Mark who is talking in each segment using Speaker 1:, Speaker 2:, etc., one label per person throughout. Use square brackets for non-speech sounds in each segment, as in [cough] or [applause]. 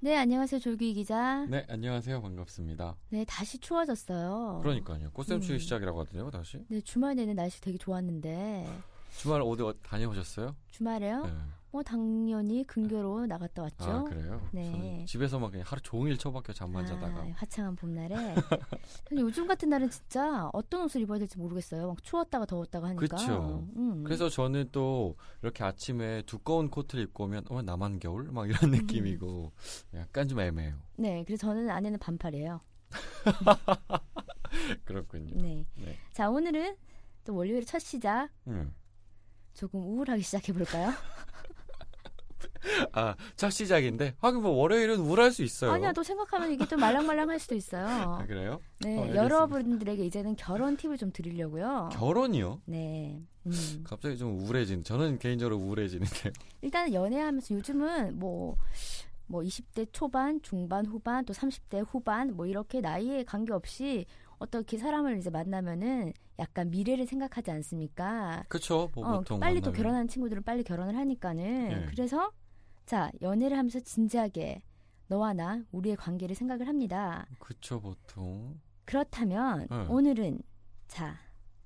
Speaker 1: 네, 안녕하세요, 조규희 기자.
Speaker 2: 네, 안녕하세요. 반갑습니다.
Speaker 1: 네, 다시 추워졌어요.
Speaker 2: 그러니까요.
Speaker 1: 음.
Speaker 2: 꽃샘추위 시작이라고 하던데요, 다시?
Speaker 1: 네, 주말 내내 날씨 되게 좋았는데
Speaker 2: 주말 어디 어- 다녀오셨어요?
Speaker 1: 주말에요?
Speaker 2: 네.
Speaker 1: 뭐 당연히 근교로 나갔다 왔죠.
Speaker 2: 아, 그래요?
Speaker 1: 네.
Speaker 2: 저는 집에서만 그냥 하루 종일 처박혀 잠만 자다가.
Speaker 1: 아, 화창한 봄날에. 근데 요즘 같은 날은 진짜 어떤 옷을 입어야 될지 모르겠어요. 막 추웠다가 더웠다가 하니까.
Speaker 2: 그쵸.
Speaker 1: 음.
Speaker 2: 그래서 저는 또 이렇게 아침에 두꺼운 코트를 입고 오면 어, 나만 겨울? 막 이런
Speaker 1: 음.
Speaker 2: 느낌이고 약간 좀 애매해요.
Speaker 1: 네, 그래서 저는 아내는 반팔이에요.
Speaker 2: 그렇군요.
Speaker 1: 네.
Speaker 2: 네.
Speaker 1: 자, 오늘은 또 월요일 첫 시작
Speaker 2: 음.
Speaker 1: 조금 우울하게 시작해
Speaker 2: [laughs]
Speaker 1: 볼까요?
Speaker 2: 아, 첫 시작인데 하긴 뭐 월요일은 우울할 수 있어요.
Speaker 1: 아니야, 또 생각하면 이게 좀 말랑말랑할 수도 있어요.
Speaker 2: [laughs] 아, 그래요? 어,
Speaker 1: 네,
Speaker 2: 알겠습니다.
Speaker 1: 여러분들에게 이제는 결혼 팁을 좀 드리려고요.
Speaker 2: 결혼이요?
Speaker 1: 네. 음.
Speaker 2: 갑자기 좀 우울해진. 저는 개인적으로 우울해지는데요. [laughs]
Speaker 1: 일단 연애하면서 요즘은 뭐, 뭐 20대 초반, 중반, 후반, 또 30대 후반, 뭐 이렇게 나이에 관계없이 어떻게 사람을 이제 만나면은 약간 미래를 생각하지 않습니까?
Speaker 2: 그쵸? 뭐
Speaker 1: 어,
Speaker 2: 보통
Speaker 1: 빨리 또
Speaker 2: 만나면.
Speaker 1: 결혼하는 친구들은 빨리 결혼을 하니까는.
Speaker 2: 예.
Speaker 1: 그래서 자, 연애를 하면서 진지하게 너와 나, 우리의 관계를 생각을 합니다.
Speaker 2: 그쵸, 보통.
Speaker 1: 그렇다면
Speaker 2: 예.
Speaker 1: 오늘은 자,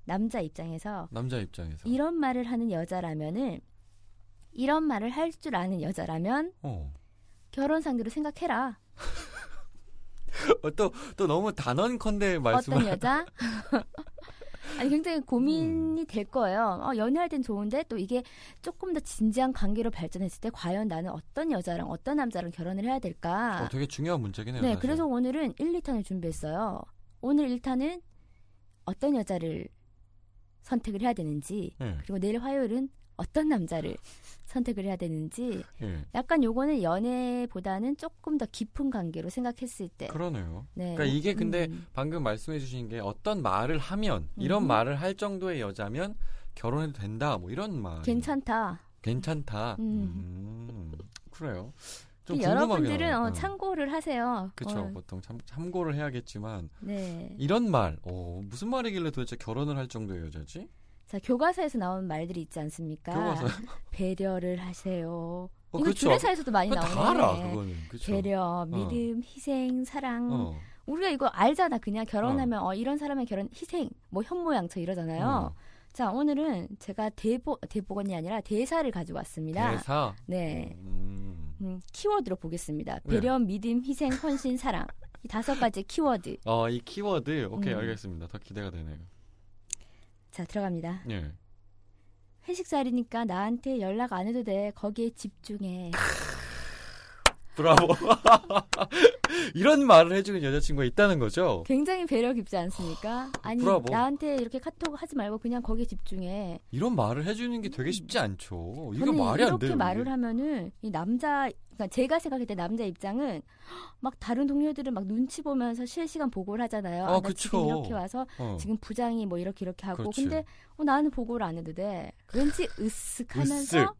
Speaker 1: 남자 입장에서
Speaker 2: 남자 입장에서.
Speaker 1: 이런 말을 하는 여자라면은 이런 말을 할 줄 아는 여자라면
Speaker 2: 어.
Speaker 1: 결혼 상대로 생각해라.
Speaker 2: 어, [laughs] 또, 또 너무 단언컨대 말씀을
Speaker 1: 어떤 여자? [laughs] 아니 굉장히
Speaker 2: 음.
Speaker 1: 고민이 될 거예요. 어, 연애할 땐 좋은데 또 이게 조금 더 진지한 관계로 발전했을 때 과연 나는 어떤 여자랑 어떤 남자랑 결혼을 해야 될까?
Speaker 2: 어, 되게 중요한 문제긴 해요.
Speaker 1: 네,
Speaker 2: 사실.
Speaker 1: 그래서 오늘은 1, 2탄을 준비했어요. 오늘 1탄은 어떤 여자를 선택을 해야 되는지
Speaker 2: 예,
Speaker 1: 그리고 내일 화요일은 어떤 남자를 선택을 해야 되는지
Speaker 2: 예.
Speaker 1: 약간 요거는 연애보다는 조금 더 깊은 관계로 생각했을 때
Speaker 2: 그러네요.
Speaker 1: 네.
Speaker 2: 그러니까 이게 근데
Speaker 1: 음.
Speaker 2: 방금 말씀해 주신 게 어떤 말을 하면 이런
Speaker 1: 음.
Speaker 2: 말을 할 정도의 여자면 결혼해도 된다. 뭐 이런 말.
Speaker 1: 괜찮다.
Speaker 2: 괜찮다.
Speaker 1: 음.
Speaker 2: 음, 그래요. 좀
Speaker 1: 그
Speaker 2: 궁금하긴
Speaker 1: 여러분들은
Speaker 2: 하네요.
Speaker 1: 어,
Speaker 2: 응.
Speaker 1: 참고를 하세요.
Speaker 2: 그쵸 뭐.
Speaker 1: 어,
Speaker 2: 보통 참, 참고를 해야겠지만
Speaker 1: 네.
Speaker 2: 이런 말 어, 무슨 말이길래 도대체 결혼을 할 정도의 여자지?
Speaker 1: 자 교과서에서 나온 말들이 있지 않습니까? [laughs]
Speaker 2: 교과서 배
Speaker 1: 를 하세요.
Speaker 2: 어,
Speaker 1: 이거
Speaker 2: 그쵸.
Speaker 1: 주례사에서도 많이
Speaker 2: 그거
Speaker 1: 나오네.
Speaker 2: 다 알아 그거는 그쵸
Speaker 1: 배려, 믿음, 희생, 사랑.
Speaker 2: 어,
Speaker 1: 우리가 이거 알잖아. 그냥 결혼하면 어, 이런 사람의 결혼 희생, 뭐 현모양처 이러잖아요.
Speaker 2: 어.
Speaker 1: 자 오늘은 제가 대보 대보건이 아니라 대사를 가지고 왔습니다.
Speaker 2: 대사
Speaker 1: 네.
Speaker 2: 음.
Speaker 1: 음, 키워드로 보겠습니다.
Speaker 2: 네.
Speaker 1: 배려, 믿음, 희생, 헌신, 사랑. 이 다섯 가지 키워드.
Speaker 2: 어, 이 키워드. 오케이,
Speaker 1: 음.
Speaker 2: 알겠습니다. 더 기대가 되네요.
Speaker 1: 자 들어갑니다.
Speaker 2: 예.
Speaker 1: 회식 자리니까 나한테 연락 안 해도 돼. 거기에 집중해.
Speaker 2: 브라보. [laughs] 이런 말을 해주는 여자친구가 있다는 거죠?
Speaker 1: 굉장히 배려 깊지 않습니까? 아니
Speaker 2: 브라보.
Speaker 1: 나한테 이렇게 카톡 하지 말고 그냥 거기에 집중해.
Speaker 2: 이런 말을 해주는 게 되게 쉽지 않죠. 이게
Speaker 1: 저는
Speaker 2: 말이 안
Speaker 1: 이렇게
Speaker 2: 돼요. 이게.
Speaker 1: 말을 하면은 이 남자, 그러니까 제가 생각할 때 남자 입장은 막 다른 동료들은 막 눈치 보면서 실시간 보고를 하잖아요.
Speaker 2: 아,
Speaker 1: 나
Speaker 2: 그쵸.
Speaker 1: 지금 이렇게 와서
Speaker 2: 어.
Speaker 1: 지금 부장이 뭐 이렇게 이렇게 하고
Speaker 2: 그렇지.
Speaker 1: 근데 어, 나는 보고를 안 해도 돼.
Speaker 2: [laughs]
Speaker 1: 왠지 으쓱하면서
Speaker 2: 으쓱.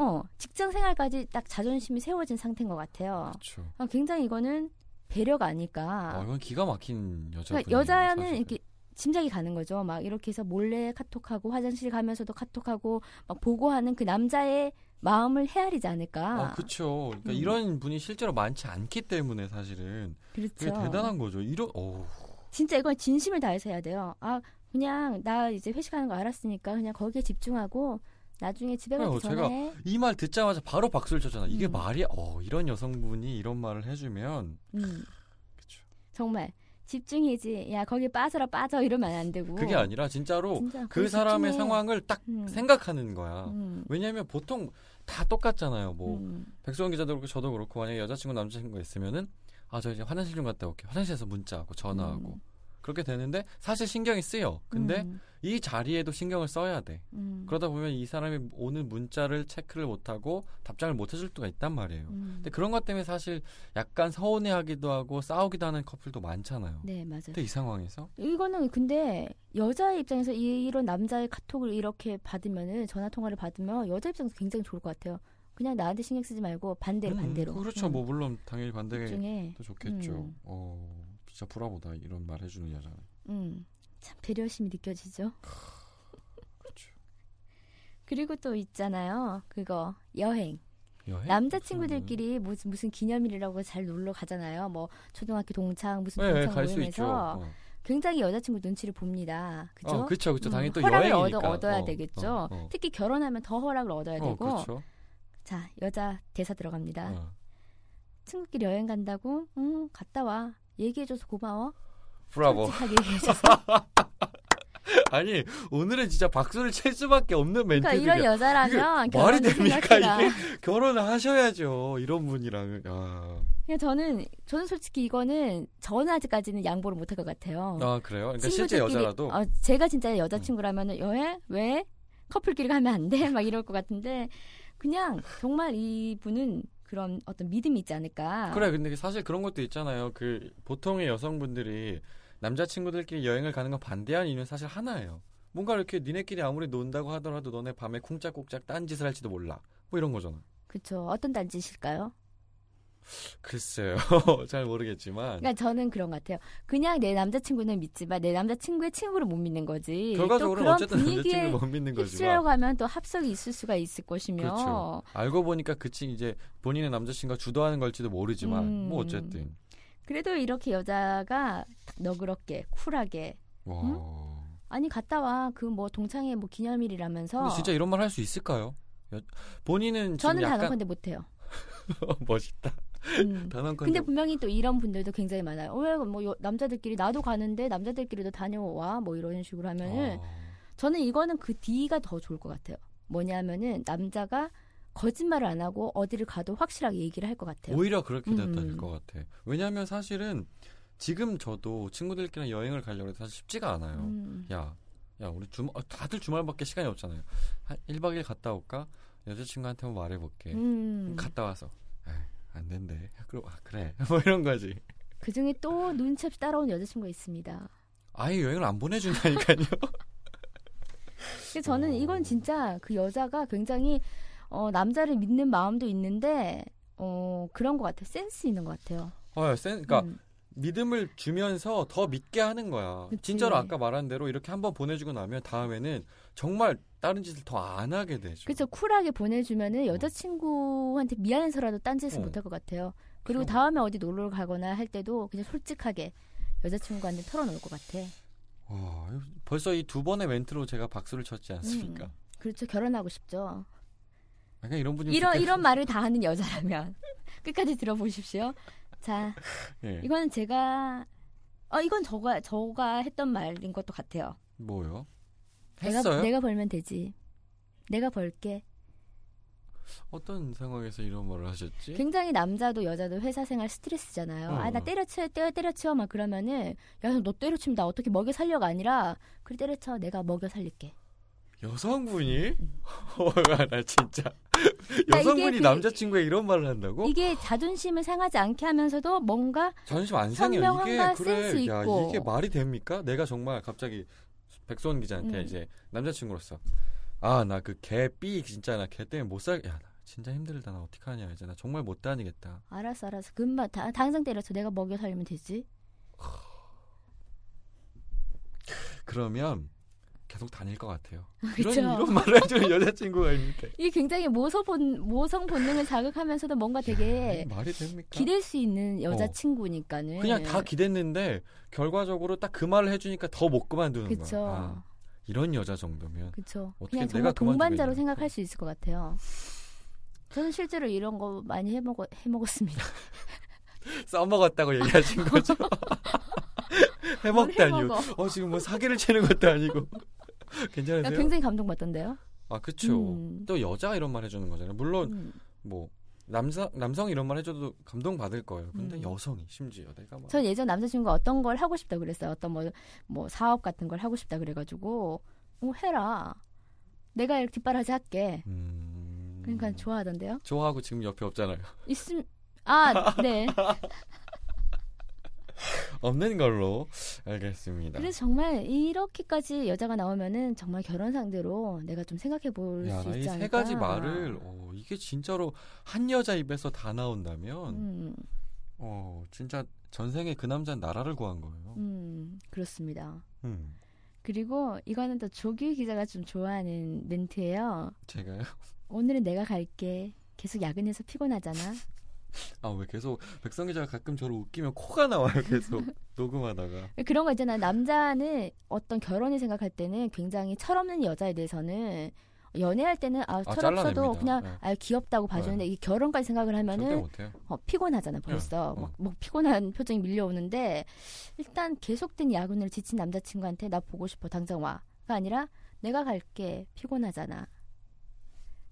Speaker 1: 어 직장 생활까지 딱 자존심이 세워진 상태인 것 같아요.
Speaker 2: 그렇죠.
Speaker 1: 아, 굉장히 이거는 배려가
Speaker 2: 어,
Speaker 1: 아닐까.
Speaker 2: 이건 기가 막힌 여자.
Speaker 1: 그러니까 여자는 이렇게 짐작이 가는 거죠. 막 이렇게 해서 몰래 카톡하고 화장실 가면서도 카톡하고 막 보고하는 그 남자의 마음을 헤아리지 않을까.
Speaker 2: 아, 그렇죠. 그러니까
Speaker 1: 음.
Speaker 2: 이런 분이 실제로 많지 않기 때문에 사실은
Speaker 1: 렇죠
Speaker 2: 그게 대단한 거죠. 이런 어.
Speaker 1: 진짜 이건 진심을 다해서 해야 돼요. 아 그냥 나 이제 회식하는 거 알았으니까 그냥 거기에 집중하고 나중에 집에 가서
Speaker 2: 아유, 제가
Speaker 1: 전화해.
Speaker 2: 이말 듣자마자 바로 박수를 쳤잖아. 이게
Speaker 1: 음.
Speaker 2: 말이 어, 이런 여성분이 이런 말을 해 주면
Speaker 1: 음,
Speaker 2: 그, 그렇죠.
Speaker 1: 정말 집중이지. 야 거기 빠져라 빠져 이러면 안 되고.
Speaker 2: 그게 아니라 진짜로
Speaker 1: 진짜 거기
Speaker 2: 그 사람의
Speaker 1: 집중해.
Speaker 2: 상황을 딱
Speaker 1: 음,
Speaker 2: 생각하는 거야.
Speaker 1: 음,
Speaker 2: 왜냐하면 보통 다 똑같잖아요. 뭐
Speaker 1: 음.
Speaker 2: 백수원 기자도 그렇고 저도 그렇고 만약에 여자친구 남자친구가 있으면은 아 저 이제 화장실 좀 갔다 올게. 화장실에서 문자하고 전화하고
Speaker 1: 음.
Speaker 2: 그렇게 되는데 사실 신경이 쓰여. 근데
Speaker 1: 음,
Speaker 2: 이 자리에도 신경을 써야 돼.
Speaker 1: 음,
Speaker 2: 그러다 보면 이 사람이 오는 문자를 체크를 못하고 답장을 못 해줄 때가 있단 말이에요.
Speaker 1: 음.
Speaker 2: 근데 그런 것 때문에 사실 약간 서운해하기도 하고 싸우기도 하는 커플도 많잖아요.
Speaker 1: 네 맞아요.
Speaker 2: 근데 이 상황에서
Speaker 1: 이거는 근데 여자의 입장에서 이, 이런 남자의 카톡을 이렇게 받으면은 전화 통화를 받으면 여자 입장에서 굉장히 좋을 것 같아요. 그냥 나한테 신경 쓰지 말고 네, 반대로
Speaker 2: 음,
Speaker 1: 반대로. 그
Speaker 2: 그렇죠. 뭐 네. 물론 당연히 반대도
Speaker 1: 중에
Speaker 2: 좋겠죠.
Speaker 1: 음.
Speaker 2: 어 진짜 불화보다 이런 말 해주는 여자는.
Speaker 1: 음, 참 배려심이 느껴지죠.
Speaker 2: 그렇죠.
Speaker 1: 그리고 또 있잖아요. 그거 여행.
Speaker 2: 여행?
Speaker 1: 남자 친구들끼리 무슨 무슨 기념일이라고 잘 놀러 가잖아요. 뭐 초등학교 동창 무슨
Speaker 2: 네,
Speaker 1: 동창
Speaker 2: 갈수 있죠.
Speaker 1: 모임에서
Speaker 2: 어.
Speaker 1: 굉장히 여자친구 눈치를 봅니다. 그죠?
Speaker 2: 어, 그렇죠, 그렇죠.
Speaker 1: 음,
Speaker 2: 당연히 또
Speaker 1: 허락을
Speaker 2: 여행이니까.
Speaker 1: 얻어, 야
Speaker 2: 어,
Speaker 1: 되겠죠.
Speaker 2: 어, 어.
Speaker 1: 특히 결혼하면 더 허락을 얻어야
Speaker 2: 어,
Speaker 1: 되고. 아.
Speaker 2: 그렇죠.
Speaker 1: 자 여자 대사 들어갑니다.
Speaker 2: 어.
Speaker 1: 친구끼리 여행 간다고? 응 갔다 와. 얘기해줘서 고마워.
Speaker 2: 브라보.
Speaker 1: 솔직하게
Speaker 2: [laughs]
Speaker 1: 얘기해줘서.
Speaker 2: 아니 오늘은 진짜 박수를 칠 수밖에 없는
Speaker 1: 그러니까 이런
Speaker 2: 멘트들이야.
Speaker 1: 여자라면
Speaker 2: 이게 말이
Speaker 1: 결혼을
Speaker 2: 됩니까,
Speaker 1: 생각해라.
Speaker 2: 결혼을 하셔야죠. 이런 분이랑. 야.
Speaker 1: 그냥 저는 저는 솔직히 이거는 저는 아직까지는 양보를 못할 것 같아요.
Speaker 2: 아 그래요? 그러니까 실제
Speaker 1: 친구들끼리-
Speaker 2: 여자라도. 음.
Speaker 1: 어, 제가 진짜 여자친구라면 여행 왜 커플끼리 가면 안 돼? 막 이럴 것 같은데 그냥 정말 이분은 그런 어떤 믿음이 있지 않을까.
Speaker 2: 그래 근데 사실 그런 것도 있잖아요. 그 보통의 여성분들이 남자친구들끼리 여행을 가는 건 반대한 이유는 사실 하나예요. 뭔가 이렇게 니네끼리 아무리 논다고 하더라도 너네 밤에 쿵짝쿵짝 딴 짓을 할지도 몰라. 뭐 이런 거잖아.
Speaker 1: 그쵸. 어떤 단지실까요?
Speaker 2: 글쎄요. [laughs] 잘 모르겠지만.
Speaker 1: 그러니까 저는 그런 것 같아요. 그냥 내 남자친구는 믿지만 내 남자친구의 친구를 못 믿는 거지. 또
Speaker 2: 결과적으로는
Speaker 1: 그런
Speaker 2: 어쨌든
Speaker 1: 분위기에
Speaker 2: 남자친구를 못 믿는 거지만.
Speaker 1: 휩쓸려고 하면 또 합석이 있을 수가 있을 것이며.
Speaker 2: 그렇죠. 알고 보니까 그치 이제 본인의 남자친구가 주도하는 걸지도 모르지만
Speaker 1: 음.
Speaker 2: 뭐 어쨌든.
Speaker 1: 그래도 이렇게 여자가 딱 너그럽게 쿨하게
Speaker 2: 와.
Speaker 1: 아니 갔다 와. 그 뭐 동창회 뭐 기념일이라면서.
Speaker 2: 근데 진짜 이런 말 할 수 있을까요? 여- 본인은 지금
Speaker 1: 저는
Speaker 2: 약간
Speaker 1: 단언컨대
Speaker 2: [laughs]
Speaker 1: 못해요.
Speaker 2: 멋있다.
Speaker 1: 음.
Speaker 2: 단언컨대.
Speaker 1: 근데 분명히 또 이런 분들도 굉장히 많아요. 왜뭐 남자들끼리 나도 가는데 남자들끼리도 다녀와 뭐 이런 식으로 하면은
Speaker 2: 어.
Speaker 1: 저는 이거는 그 D가 더 좋을 것 같아요. 뭐냐면은 남자가 거짓말을 안 하고 어디를 가도 확실하게 얘기를 할 것 같아요.
Speaker 2: 오히려 그렇게 됐다
Speaker 1: 음.
Speaker 2: 될것 같아. 왜냐하면 사실은 지금 저도 친구들끼리 여행을 가려고 해도 사실 쉽지가 않아요.
Speaker 1: 음.
Speaker 2: 야, 야, 우리 주말 어, 다들 주말밖에 시간이 없잖아요. 한 1박 2일 갔다 올까? 여자친구한테 한번 말해볼게.
Speaker 1: 음.
Speaker 2: 갔다 와서 에이, 안 된대. 그럼 아 그래. [laughs] 뭐 이런 거지.
Speaker 1: 그 중에 또 눈치 없이 따라온 여자친구가 있습니다.
Speaker 2: 아예 여행을 안 보내준다니까요.
Speaker 1: [laughs] 근데 저는
Speaker 2: 어.
Speaker 1: 이건 진짜 그 여자가 굉장히 어, 남자를 믿는 마음도 있는데 어, 그런 것 같아요. 센스 있는 것 같아요.
Speaker 2: 어, 센, 그러니까
Speaker 1: 음.
Speaker 2: 믿음을 주면서 더 믿게 하는 거야.
Speaker 1: 그치.
Speaker 2: 진짜로 아까 말한 대로 이렇게 한번 보내주고 나면 다음에는 정말 다른 짓을 더 안 하게 되죠.
Speaker 1: 그렇죠. 쿨하게 보내주면은 여자친구한테 미안해서라도 딴짓을
Speaker 2: 어.
Speaker 1: 못할 것 같아요. 그리고
Speaker 2: 그럼.
Speaker 1: 다음에 어디 놀러 가거나 할 때도 그냥 솔직하게 여자친구한테 털어놓을 것 같아.
Speaker 2: 와, 벌써 이 두 번의 멘트로 제가 박수를 쳤지 않습니까?
Speaker 1: 음. 그렇죠. 결혼하고 싶죠.
Speaker 2: 약간 이런 분이
Speaker 1: 이런
Speaker 2: 좋겠-
Speaker 1: 이런 말을 다 하는 여자라면 [laughs] 끝까지 들어보십시오. 자,
Speaker 2: 예.
Speaker 1: 이거는 제가 어 이건 저가 저가 했던 말인 것도 같아요.
Speaker 2: 뭐요?
Speaker 1: 내가-
Speaker 2: 했어요?
Speaker 1: 내가, 벌면 되지. 내가 벌게.
Speaker 2: 어떤 상황에서 이런 말을 하셨지?
Speaker 1: 굉장히 남자도 여자도 회사 생활 스트레스잖아요.
Speaker 2: 네. 어.
Speaker 1: 아 나 때려쳐 때려 때려쳐 막 그러면은 야 너 때려치면 나 어떻게 먹여 살려가 아니라 그래 때려쳐 내가 먹여 살릴게.
Speaker 2: 여성분이? [laughs] 와, 나 진짜
Speaker 1: 음. 이게
Speaker 2: [laughs] 여성분이
Speaker 1: 그-
Speaker 2: 남자친구에 이런 말을 한다고?
Speaker 1: 이게 자존심을 상하지 않게 하면서도 뭔가
Speaker 2: 자존심 안 상해요. 이게
Speaker 1: 현명함과
Speaker 2: 그래,
Speaker 1: 센스
Speaker 2: 야
Speaker 1: 있고.
Speaker 2: 이게 말이 됩니까? 내가 정말 갑자기 백소원 기자한테
Speaker 1: 음.
Speaker 2: 이제 남자친구로서 아 나 그 개삐 진짜 나 개 때문에 못 살, 야나 진짜 힘들다 나 어떡 하냐 이제 나 정말 못 다니겠다.
Speaker 1: 알았어 알았어 금방 다, 당장 때려쳐 내가 먹여 살리면 되지. [laughs]
Speaker 2: 그러면 계속 다닐 것 같아요. 이런
Speaker 1: [laughs] 그렇죠.
Speaker 2: 이런 말을 해주는 여자친구가 있는데
Speaker 1: 이게 굉장히 모서본 모성 본능을 자극하면서도 뭔가 되게
Speaker 2: 말이 됩니까?
Speaker 1: 네. 기댈 수 있는 여자친구니까는
Speaker 2: 어. 그냥 다 기댔는데 결과적으로 딱 그 말을 해주니까 더 못 그만두는
Speaker 1: 그쵸
Speaker 2: 거야. 아, 이런 여자 정도면
Speaker 1: 그쵸
Speaker 2: 어떻게
Speaker 1: 그냥 정말
Speaker 2: 내가
Speaker 1: 동반자로
Speaker 2: 그만두겠냐고.
Speaker 1: 생각할 수 있을 것 같아요. 저는 실제로 이런 거 많이 해먹어 해먹었습니다.
Speaker 2: [laughs] 써먹었다고
Speaker 1: [laughs]
Speaker 2: 얘기하신 거죠. 해먹다니요.
Speaker 1: 뭘 해먹어.
Speaker 2: 어 지금 뭐 사기를 치는 것도 아니고 [laughs]
Speaker 1: 야,
Speaker 2: 괜찮으세요?
Speaker 1: 굉장히 감동받던데요.
Speaker 2: 아 그쵸.
Speaker 1: 음.
Speaker 2: 또 여자가 이런 말 해주는 거잖아요. 물론
Speaker 1: 음.
Speaker 2: 뭐 남성 남성 이런 말 해줘도 감동 받을 거예요. 근데
Speaker 1: 음.
Speaker 2: 여성이 심지어 내가 막
Speaker 1: 전 예전 남자친구가 어떤 걸 하고 싶다 그랬어요. 어떤 뭐, 뭐 사업 같은 걸 하고 싶다 그래가지고 어, 해라. 내가 이렇게 뒷바라지 할게.
Speaker 2: 음...
Speaker 1: 그러니까 좋아하던데요.
Speaker 2: 좋아하고 지금 옆에 없잖아요. [laughs]
Speaker 1: 있음 아 네.
Speaker 2: 없는 걸로 알겠습니다.
Speaker 1: 그래서 정말 이렇게까지 여자가 나오면은 정말 결혼 상대로 내가 좀 생각해 볼
Speaker 2: 야,
Speaker 1: 수
Speaker 2: 이
Speaker 1: 있지 않을까. 음,
Speaker 2: 세 가지 말을 어, 이게 진짜로 한 여자 입에서 다 나온다면
Speaker 1: 음,
Speaker 2: 어, 진짜 전생에 그 남자는 나라를 구한 거예요.
Speaker 1: 음 그렇습니다.
Speaker 2: 음.
Speaker 1: 그리고 이거는 또 조규 기자가 좀 좋아하는 멘트예요.
Speaker 2: 제가요?
Speaker 1: 오늘은 내가 갈게. 계속 야근해서 피곤하잖아.
Speaker 2: 아, 왜 계속 백성 기자가 가끔 저를 웃기면 코가 나와요,
Speaker 1: [laughs]
Speaker 2: 계속. 녹음하다가.
Speaker 1: 그런 거 있잖아요. 남자는 어떤 결혼을 생각할 때는 굉장히 철없는 여자에 대해서는 연애할 때는 아 철없어도
Speaker 2: 잘라냅니다.
Speaker 1: 그냥
Speaker 2: 네.
Speaker 1: 아 귀엽다고 봐주는데 이 결혼까지 생각을
Speaker 2: 절대
Speaker 1: 하면은
Speaker 2: 못해요.
Speaker 1: 어, 피곤하잖아 벌써
Speaker 2: 네, 어.
Speaker 1: 막, 막 피곤한 [laughs] 표정이 밀려오는데 일단 계속된 야근을 지친 남자친구한테 나 보고 싶어 당장 와가 아니라 내가 갈게 피곤하잖아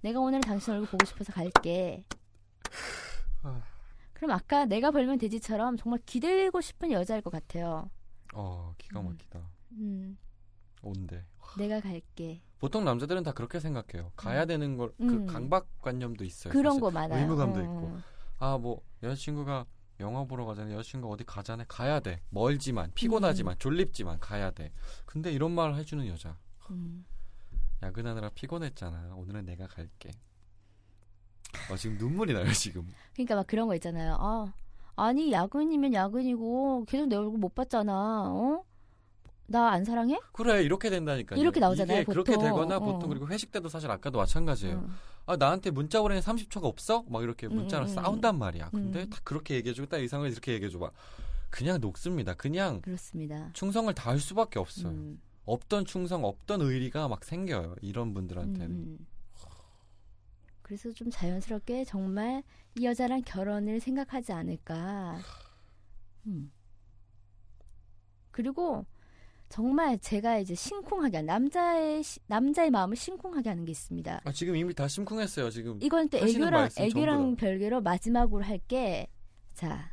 Speaker 1: 내가 오늘 당신 얼굴 보고 싶어서 갈게
Speaker 2: 아.
Speaker 1: 그럼 아까 내가 벌면 되지처럼 정말 기대고 싶은 여자일 것 같아요
Speaker 2: 어, 기가
Speaker 1: 음.
Speaker 2: 막히다.
Speaker 1: 음
Speaker 2: 온대.
Speaker 1: 내가 갈게
Speaker 2: 보통 남자들은 다 그렇게 생각해요. 가야 되는 걸, 그
Speaker 1: 음.
Speaker 2: 강박관념도 있어요.
Speaker 1: 그런
Speaker 2: 사실.
Speaker 1: 거 많아요
Speaker 2: 네, 의무감도
Speaker 1: 어.
Speaker 2: 있고. 아, 뭐, 여자친구가 영화 보러 가자네, 여자친구가 어디 가자네, 가야 돼. 멀지만, 피곤하지만, 졸립지만, 가야 돼. 근데 이런 말 해주는 여자.
Speaker 1: 음.
Speaker 2: 야근하느라 피곤했잖아. 오늘은 내가 갈게. 아, 지금 눈물이 나요, 지금.
Speaker 1: 그러니까 막 그런 거 있잖아요. 아, 아니 야근이면 야근이고 계속 내 얼굴 못 봤잖아. 어? 나 안 사랑해?
Speaker 2: 그래, 이렇게 된다니까요.
Speaker 1: 이렇게 나오잖아요,
Speaker 2: 이게 그렇게
Speaker 1: 보통.
Speaker 2: 되거나
Speaker 1: 어.
Speaker 2: 보통 그리고 회식 때도 사실 아까도 마찬가지예요.
Speaker 1: 응.
Speaker 2: 아, 나한테 문자 보내는 30초가 없어? 막 이렇게 문자로
Speaker 1: 음, 음,
Speaker 2: 싸운단 말이야. 근데
Speaker 1: 음.
Speaker 2: 다 그렇게 얘기해주고 딱 이상을 이렇게 얘기해줘봐. 그냥 녹습니다. 그냥
Speaker 1: 그렇습니다.
Speaker 2: 충성을 다할 수밖에 없어요.
Speaker 1: 음,
Speaker 2: 없던 충성, 없던 의리가 막 생겨요. 이런 분들한테는.
Speaker 1: 음, 음. 그래서 좀 자연스럽게 정말 이 여자랑 결혼을 생각하지 않을까. 음. 그리고 정말 제가 이제 심쿵하게 한- 남자의 시- 남자의 마음을 심쿵하게 하는 게 있습니다.
Speaker 2: 아, 지금 이미 다 심쿵했어요. 지금
Speaker 1: 이건 또
Speaker 2: 하시는
Speaker 1: 애교랑
Speaker 2: 말씀 전부
Speaker 1: 애교랑
Speaker 2: 다.
Speaker 1: 별개로 마지막으로 할게. 자,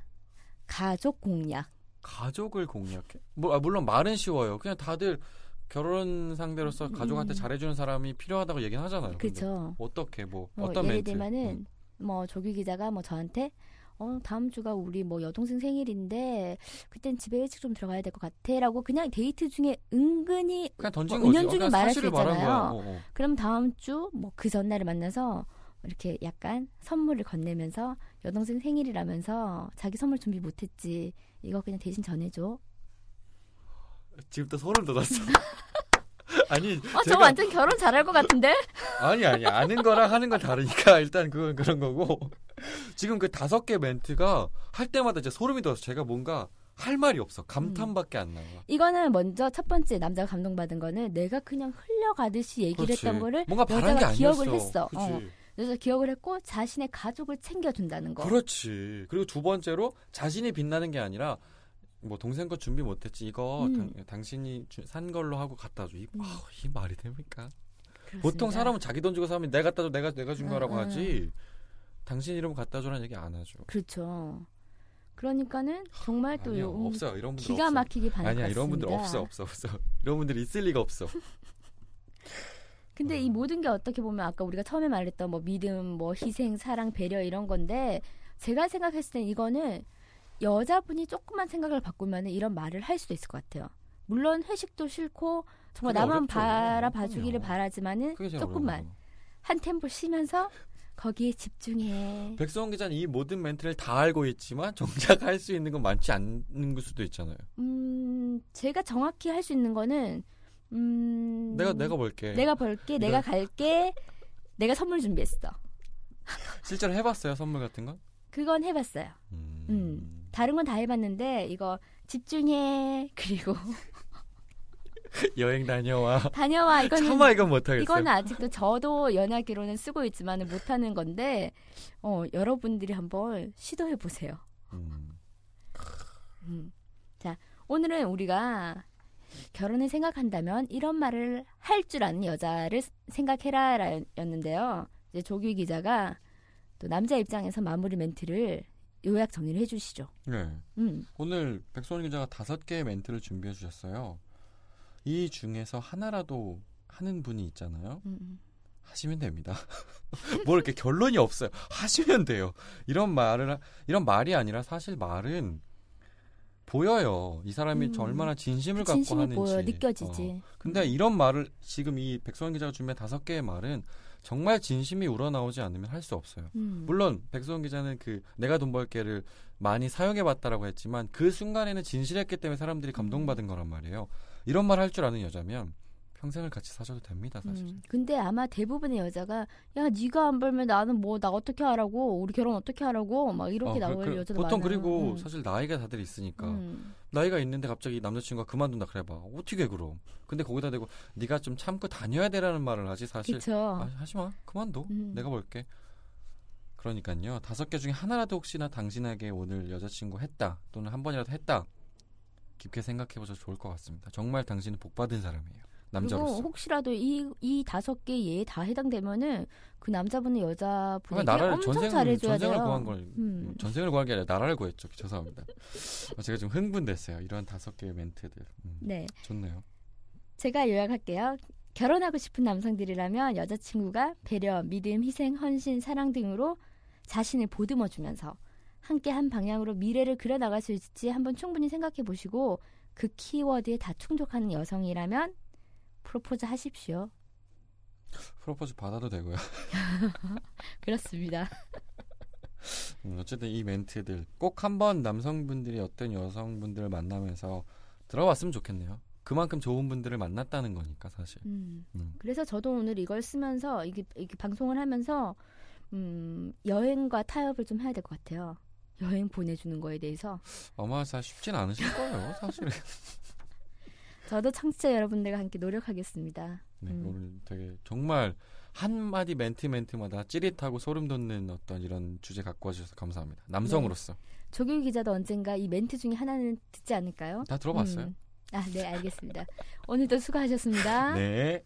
Speaker 1: 가족 공략.
Speaker 2: 가족을 공략해. 뭐, 아, 물론 말은 쉬워요. 그냥 다들 결혼 상대로서 가족한테
Speaker 1: 음.
Speaker 2: 잘해주는 사람이 필요하다고 얘기는 하잖아요. 근데
Speaker 1: 그렇죠.
Speaker 2: 어떻게 뭐,
Speaker 1: 뭐
Speaker 2: 어떤
Speaker 1: 예를
Speaker 2: 멘트? 음.
Speaker 1: 들면은 뭐 조규 기자가 뭐 저한테 어 다음 주가 우리 뭐 여동생 생일인데 그땐 집에 일찍 좀 들어가야 될 것 같아라고 그냥 데이트 중에 은근히
Speaker 2: 그냥 던진
Speaker 1: 뭐
Speaker 2: 거지. 어,
Speaker 1: 은연중에
Speaker 2: 그냥
Speaker 1: 말할
Speaker 2: 사실을
Speaker 1: 수
Speaker 2: 말한 거야.
Speaker 1: 있잖아요.
Speaker 2: 어, 어.
Speaker 1: 그럼 다음 주 뭐 그 전날에 만나서 이렇게 약간 선물을 건네면서 여동생 생일이라면서 자기 선물 준비 못했지 이거 그냥 대신 전해줘.
Speaker 2: 지금 또 소름 돋았어. [laughs] 아니,
Speaker 1: 어 저 완전 결혼 잘할 것 같은데?
Speaker 2: 아니 아니 아는 거랑 하는 건 다르니까 [laughs] 일단 그건 그런 거고 지금 그 다섯 개 멘트가 할 때마다 이제 소름이 돋아서 제가 뭔가 할 말이 없어 감탄밖에 안 나와.
Speaker 1: 이거는 먼저 첫 번째 남자가 감동받은 거는 내가 그냥 흘려가듯이 얘기를
Speaker 2: 그렇지.
Speaker 1: 했던 거를
Speaker 2: 뭔가 바란 게
Speaker 1: 여자가
Speaker 2: 아니었어.
Speaker 1: 기억을 했어.
Speaker 2: 그치?
Speaker 1: 어. 그래서 기억을 했고 자신의 가족을 챙겨준다는 거.
Speaker 2: 그렇지. 그리고 두 번째로 자신이 빛나는 게 아니라 뭐 동생 거 준비 못했지 이거
Speaker 1: 음.
Speaker 2: 당, 신이산 걸로 하고 갖다 줘. 이,
Speaker 1: 음.
Speaker 2: 아우, 이 말이 됩니까?
Speaker 1: 그렇습니다.
Speaker 2: 보통 사람은 자기 돈 주고 사면 내가 갖다 줘 내가 내가 준
Speaker 1: 음,
Speaker 2: 거라고
Speaker 1: 음.
Speaker 2: 하지. 당신 이름 갖다 줘라는 얘기 안 하죠.
Speaker 1: 그렇죠. 그러니까는 정말 또
Speaker 2: 아니요,
Speaker 1: 요-
Speaker 2: 없어요. 이런 분들
Speaker 1: 기가
Speaker 2: 없어요.
Speaker 1: 막히게 반응.
Speaker 2: 아니야 이런 분들 없어 없어 없어 이런 분들 있을
Speaker 1: [laughs]
Speaker 2: 리가 없어
Speaker 1: 근데 이 모든 게 어떻게 보면 아까 우리가 처음에 말했던 뭐 믿음, 뭐 희생, 사랑, 배려 이런 건데 제가 생각했을 땐 이거는 여자분이 조금만 생각을 바꾸면 이런 말을 할 수도 있을 것 같아요. 물론 회식도 싫고 정말
Speaker 2: 그게
Speaker 1: 나만
Speaker 2: 어렵죠.
Speaker 1: 바라봐주기를
Speaker 2: 그럼요.
Speaker 1: 바라지만은
Speaker 2: 그게 제일
Speaker 1: 조금만
Speaker 2: 어려운 거
Speaker 1: 한 템포 쉬면서 거기에 집중해.
Speaker 2: 백성 기자는 이 모든 멘트를 다 알고 있지만 정작 할 수 있는 건 많지 않은 걸 수도 있잖아요
Speaker 1: 음, 제가 정확히 할 수 있는 거는 음,
Speaker 2: 내가 내가 볼게
Speaker 1: 내가 벌게, 내가 갈게, 내가 선물 준비했어.
Speaker 2: 실제로 해봤어요 선물 같은 건
Speaker 1: 그건 해봤어요.
Speaker 2: 음.
Speaker 1: 음. 다른 건 다 해봤는데 이거 집중해 [laughs] 그리고
Speaker 2: 그 여행 다녀와
Speaker 1: 다녀와
Speaker 2: [laughs]
Speaker 1: 이거는
Speaker 2: 차마 이건 못하겠어요
Speaker 1: 그러니까 이거는 아직도 저도 연하기로는 쓰고 있지만 은 못하는 건데 어, 여러분들이 한번 시도해 보세요.
Speaker 2: 음.
Speaker 1: 음. 자 오늘은 우리가 결혼을 생각한다면 이런 말을 할 줄 아는 여자를 생각해라였는데요. 이제 조규 기자가 또 남자 입장에서 마무리 멘트를 요약 정리를 해주시죠.
Speaker 2: 네.
Speaker 1: 음,
Speaker 2: 오늘 백소원 기자가 다섯 개의 멘트를 준비해 주셨어요. 이 중에서 하나라도 하는 분이 있잖아요.
Speaker 1: 음, 음.
Speaker 2: 하시면 됩니다. [laughs] 뭐 이렇게 결론이 없어요. 하시면 돼요. 이런 말을 하- 이런 말이 아니라 사실 말은 보여요. 이 사람이
Speaker 1: 음.
Speaker 2: 저 얼마나 진심을 갖고
Speaker 1: 진심이
Speaker 2: 하는지
Speaker 1: 보여
Speaker 2: 어.
Speaker 1: 느껴지지. 음.
Speaker 2: 근데 이런 말을 지금 이 백소원 기자가 준비한 다섯 개의 말은 정말 진심이 우러나오지 않으면 할 수 없어요.
Speaker 1: 음.
Speaker 2: 물론 백소원 기자는 그 내가 돈 벌게를 많이 사용해봤다라고 했지만 그 순간에는 진실했기 때문에 사람들이
Speaker 1: 음.
Speaker 2: 감동받은 거란 말이에요. 이런 말 할 줄 아는 여자면 평생을 같이 사셔도 됩니다, 사실.
Speaker 1: 음, 근데 아마 대부분의 여자가 야 네가 안 벌면 나는 뭐 나 어떻게 하라고 우리 결혼 어떻게 하라고 막 이렇게
Speaker 2: 어, 그-
Speaker 1: 나올
Speaker 2: 그-
Speaker 1: 여자도
Speaker 2: 보통
Speaker 1: 많아요.
Speaker 2: 그리고
Speaker 1: 음.
Speaker 2: 사실 나이가 다들 있으니까
Speaker 1: 음.
Speaker 2: 나이가 있는데 갑자기 남자친구가 그만둔다 그래봐 어떻게 그럼? 근데 거기다 대고 네가 좀 참고 다녀야 되라는 말을 하지 사실
Speaker 1: 그쵸.
Speaker 2: 아, 하지마 그만둬
Speaker 1: 어. 음.
Speaker 2: 내가 볼게 그러니까요 다섯 개 중에 하나라도 혹시나 당신에게 오늘 여자친구 했다 또는 한 번이라도 했다 깊게 생각해보셔도 좋을 것 같습니다 정말 당신은 복받은 사람이에요
Speaker 1: 그리고
Speaker 2: 남자로서
Speaker 1: 혹시라도 이 이 다섯 개 예에 다 해당되면은 그 남자분은
Speaker 2: 아,
Speaker 1: 여자분에게
Speaker 2: 나라를
Speaker 1: 엄청
Speaker 2: 전생,
Speaker 1: 잘해줘야
Speaker 2: 전생을
Speaker 1: 돼요.
Speaker 2: 구한 걸
Speaker 1: 음.
Speaker 2: 전생을 구한 게 아니라 나라를 구했죠 [laughs] 죄송합니다 아, 제가 좀 흥분됐어요 이런 다섯 개의 멘트들 음,
Speaker 1: 네,
Speaker 2: 좋네요
Speaker 1: 제가 요약할게요. 결혼하고 싶은 남성들이라면 여자친구가 배려, 믿음, 희생, 헌신, 사랑 등으로 자신을 보듬어주면서 함께 한 방향으로 미래를 그려나갈 수 있을지 한번 충분히 생각해 보시고 그 키워드에 다 충족하는 여성이라면 프로포즈 하십시오.
Speaker 2: 프로포즈 받아도 되고요
Speaker 1: 그렇습니다.
Speaker 2: 음, 어쨌든 이 멘트들 꼭 한번 남성분들이 어떤 여성분들을 만나면서 들어봤으면 좋겠네요. 그만큼 좋은 분들을 만났다는 거니까 사실.
Speaker 1: 음.
Speaker 2: 음.
Speaker 1: 그래서 저도 오늘 이걸 쓰면서 이게, 이게 방송을 하면서 음, 여행과 타협을 좀 해야 될 것 같아요. 여행 보내주는 거에 대해서
Speaker 2: 아마 쉽진 않으실 거예요,
Speaker 1: [laughs]
Speaker 2: 사실은.
Speaker 1: 저도 청취자 여러분들과 함께 노력하겠습니다.
Speaker 2: 네,
Speaker 1: 음.
Speaker 2: 오늘 되게 정말 한마디 멘트 멘트마다 찌릿하고 소름 돋는 어떤 이런 주제 갖고 와주셔서 감사합니다. 남성으로서.
Speaker 1: 네. 조규 기자도 언젠가 이 멘트 중에 하나는 듣지 않을까요?
Speaker 2: 다 들어봤어요?
Speaker 1: 음. 아, 네, 알겠습니다. 오늘도 수고하셨습니다.
Speaker 2: 네.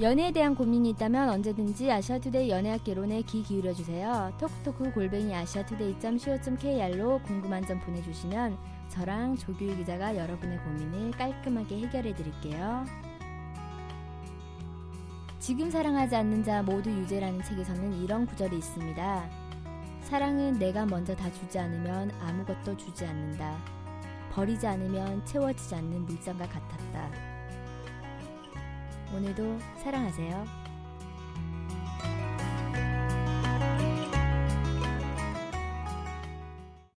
Speaker 1: 연애에 대한 고민이 있다면 언제든지 아시아투데이 연애학 개론에 귀 기울여 주세요. 톡톡 골뱅이 아시아투데이.co.kr로 궁금한 점 보내주시면 저랑 조규희 기자가 여러분의 고민을 깔끔하게 해결해 드릴게요. 지금 사랑하지 않는 자 모두 유죄라는 책에서는 이런 구절이 있습니다. 사랑은 내가 먼저 다 주지 않으면 아무것도 주지 않는다. 버리지 않으면 채워지지 않는 물장과 같았다. 오늘도 사랑하세요.